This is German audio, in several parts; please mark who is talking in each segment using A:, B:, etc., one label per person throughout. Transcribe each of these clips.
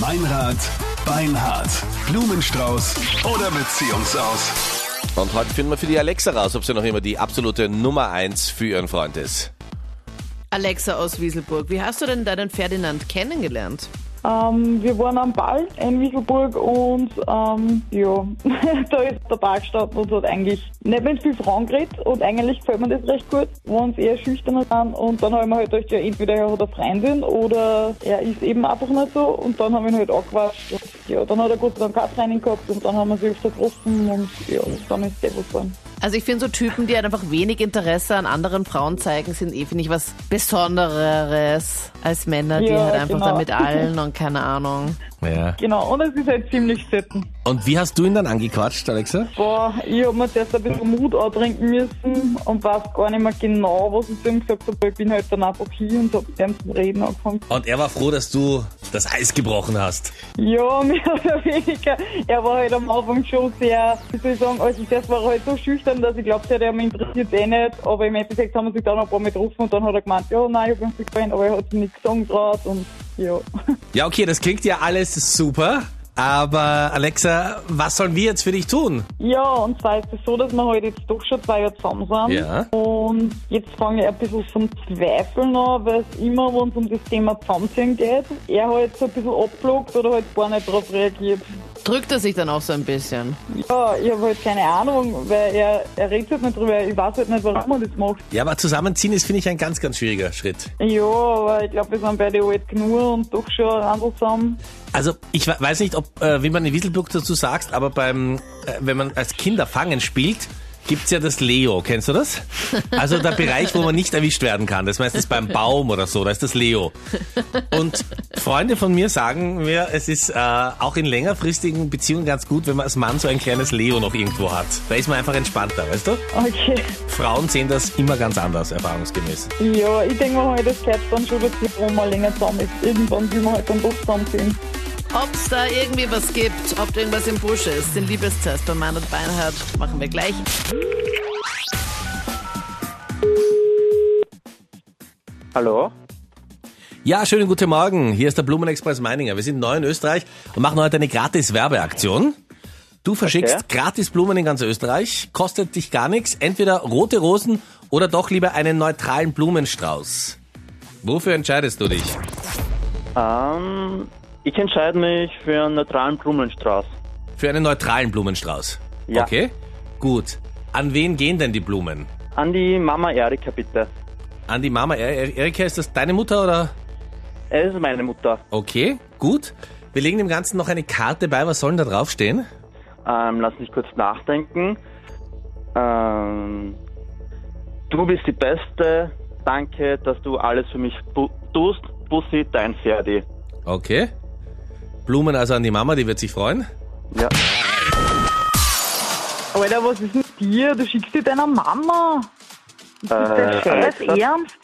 A: Meinrad, Beinhard, Blumenstrauß oder Beziehungsaus.
B: Und heute finden wir für die Alexa raus, ob sie noch immer die absolute Nummer eins für ihren Freund ist.
C: Alexa aus Wieselburg, wie hast du denn deinen Ferdinand kennengelernt?
D: Ähm, wir waren am Ball in Wieselburg und ähm, ja, da ist der Park gestanden und hat eigentlich nicht mit viel Frauen geredet und eigentlich gefällt mir das recht gut, wenn sie eher schüchterner sind und dann haben wir halt gedacht, ja entweder er hat eine Freundin oder er ist eben einfach nicht so und dann haben wir ihn halt angequatscht und ja, dann hat er gut dann Katraining gehabt und dann haben wir sie öfter getroffen und ja, dann ist der was geworden.
C: Also ich finde so Typen, die halt einfach wenig Interesse an anderen Frauen zeigen, sind eh, finde ich, was Besondereres als Männer, die
D: Ja,
C: halt einfach
D: genau.
C: da mit allen und keine Ahnung.
B: Ja.
D: Genau, und es ist halt ziemlich selten.
B: Und wie hast du ihn dann angequatscht, Alexa?
D: Boah, ich hab mir zuerst ein bisschen Mut antrinken müssen und weiß gar nicht mehr genau, was ich zu ihm gesagt habe. Ich bin halt dann einfach hier und hab mit ihm zum Reden angefangen.
E: Und er war froh, dass du das Eis gebrochen hast.
D: Ja, mehr oder weniger. Er war halt am Anfang schon sehr, wie soll ich sagen, also zuerst war er halt so schüchtern, dass ich glaubte, er mich interessiert eh nicht. Aber im Endeffekt haben wir sich dann ein paar Mal getroffen und dann hat er gemeint, ja, nein, ich hab ihn gefallen, aber er hat sich nichts gesagt draus und ja.
E: Ja, okay, das klingt ja alles super. Aber Alexa, was sollen wir jetzt für dich tun?
D: Ja, und zwar ist es so, dass wir halt jetzt doch schon zwei Jahre zusammen sind.
E: Ja.
D: Und jetzt fange ich ein bisschen zum Zweifeln an, weil es immer, wenn es um das Thema Zusammenziehen geht, er halt so ein bisschen abblockt oder halt gar nicht darauf reagiert.
C: Drückt er sich dann auch so ein bisschen.
D: Ja, ich habe halt keine Ahnung, weil er, er redet halt nicht drüber, ich weiß halt nicht, warum er das macht.
E: Ja, aber zusammenziehen ist, finde ich, ein ganz, ganz schwieriger Schritt.
D: Ja, aber ich glaube, wir sind beide alt genug und doch schon ein Randl zusammen.
E: Also, ich we- weiß nicht, ob, äh, wie man in Wieselburg dazu sagt, aber beim, äh, wenn man als Kinder fangen spielt, gibt's ja das Leo. Kennst du das? Also der Bereich, wo man nicht erwischt werden kann. Das ist meistens beim Baum oder so, da ist das Leo. Und Freunde von mir sagen mir, es ist äh, auch in längerfristigen Beziehungen ganz gut, wenn man als Mann so ein kleines Leo noch irgendwo hat. Da ist man einfach entspannter, weißt du?
D: Okay.
E: Frauen sehen das immer ganz anders, erfahrungsgemäß.
D: Ja, ich denke mal halt, das gehört dann schon dazu, warum man länger zusammen ist. Irgendwann will man halt dann doch zusammenziehen.
C: Ob's da irgendwie was gibt, ob da irgendwas im Busch ist, den Liebestest bei Mann und Beinhard machen wir gleich.
F: Hallo?
E: Ja, schönen guten Morgen. Hier ist der Blumenexpress Meininger. Wir sind neu in Österreich und machen heute eine gratis Werbeaktion. Du verschickst
F: Okay.
E: gratis Blumen in ganz Österreich, kostet dich gar nichts, entweder rote Rosen oder doch lieber einen neutralen Blumenstrauß. Wofür entscheidest du dich?
F: Ähm, ich entscheide mich für einen neutralen Blumenstrauß.
E: Für einen neutralen Blumenstrauß.
F: Ja.
E: Okay? Gut. An wen gehen denn die Blumen?
F: An die Mama Erika bitte.
E: An die Mama Er- Er- Erika, ist das deine Mutter oder?
F: Es ist meine Mutter.
E: Okay, gut. Wir legen dem Ganzen noch eine Karte bei. Was soll denn da draufstehen?
F: Ähm, lass mich kurz nachdenken. Ähm, du bist die Beste. Danke, dass du alles für mich bu- tust. Bussi, dein Ferdi.
E: Okay. Blumen also an die Mama, die wird sich freuen.
F: Ja.
D: Alter, was ist mit dir? Du schickst dir deiner Mama. Ist das
F: Äh,
D: der Scheiß
F: Alexa?
D: ernst?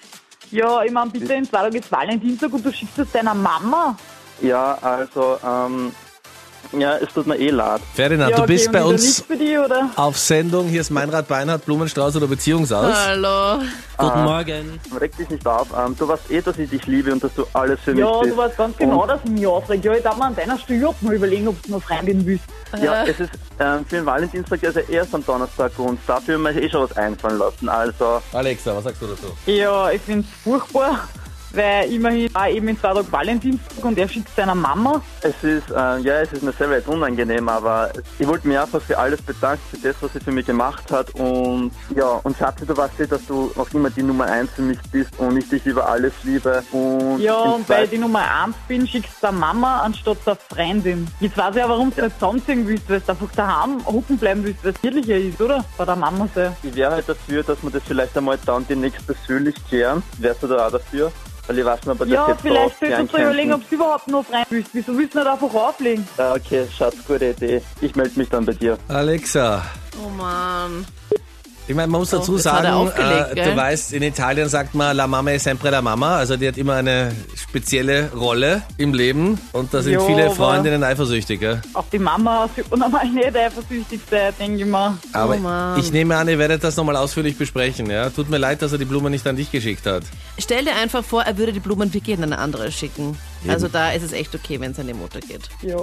D: Ja, ich meine, bitte in zwei Tagen ist Valentinstag und du schickst das deiner Mama.
F: Ja, also, ähm, ja, es tut mir eh leid.
E: Ferdinand,
D: ja,
E: Ah, du bist bei uns
D: Nicht für die, oder?
E: auf Sendung. Hier ist Meinrad Beinhardt, Blumenstrauß oder Beziehungsaus.
C: Hallo.
E: Guten Morgen.
F: Reg dich nicht auf. Ähm, du weißt eh, dass ich dich liebe und dass du alles für mich
D: Ja,
F: bist.
D: du weißt ganz genau, dass ich mich aufreg. Ja, ich darf mir an deiner Stelle überhaupt mal überlegen, ob du noch Freundin willst.
F: Ja,
D: Äh.
F: es ist ähm, für den Valentinstag also erst am Donnerstag und dafür möchte ich eh schon was einfallen lassen. Also,
E: Alexa, was sagst du dazu?
D: Ja, ich find's furchtbar, weil immerhin war eben in zwei Tagen Valentinstag und er schickt seiner Mama.
F: es ist, ähm, ja, es ist mir selber jetzt unangenehm, aber ich wollte mich einfach für alles bedanken, für das, was sie für mich gemacht hat und ja, und Schatzi, du weißt eh, dass du noch immer die Nummer eins für mich bist und ich dich über alles liebe und
D: Ja,
F: im
D: und weil ich
F: Zweifel-
D: die Nummer eins bin, schickst du der Mama anstatt der Freundin. Jetzt weiß ich ja, warum du nicht zusammenziehen willst, weil du einfach daheim hocken bleiben willst, weil es ehrlicher ist, oder? Bei der Mama sei.
F: ich wäre halt dafür, dass wir das vielleicht einmal dann demnächst persönlich klären. Wärst du da auch dafür? Weil ich weiß nicht, ob wir das
D: Ja,
F: jetzt so
D: vielleicht
F: aufklären
D: solltest du dir überlegen,
F: könnten.
D: ob du überhaupt noch Freundin willst. Wieso willst du nicht einfach auflegen?
F: Ah, Okay, Schatz, gute Idee. Ich melde mich dann bei dir.
E: Alexa,
C: Oh Mann.
E: Ich meine, man muss dazu
C: jetzt hat er
E: sagen,
C: aufgelegt,
E: äh, du
C: gell?
E: weißt, in Italien sagt man La Mama è sempre la Mama, also die hat immer eine spezielle Rolle im Leben und da sind
D: Jo,
E: viele
D: aber-
E: Freundinnen eifersüchtig. Gell?
D: Auf die Mama sieht man normal nicht eifersüchtig sein, denke ich mal.
E: Aber
C: Oh Mann.
E: ich nehme an, ihr werdet das nochmal ausführlich besprechen. Ja? Tut mir leid, dass er die Blume nicht an dich geschickt hat.
C: Stell dir einfach vor, er würde die Blumen wirklich an eine andere schicken. Also da ist es echt okay, wenn es an die Mutter geht.
D: Ja.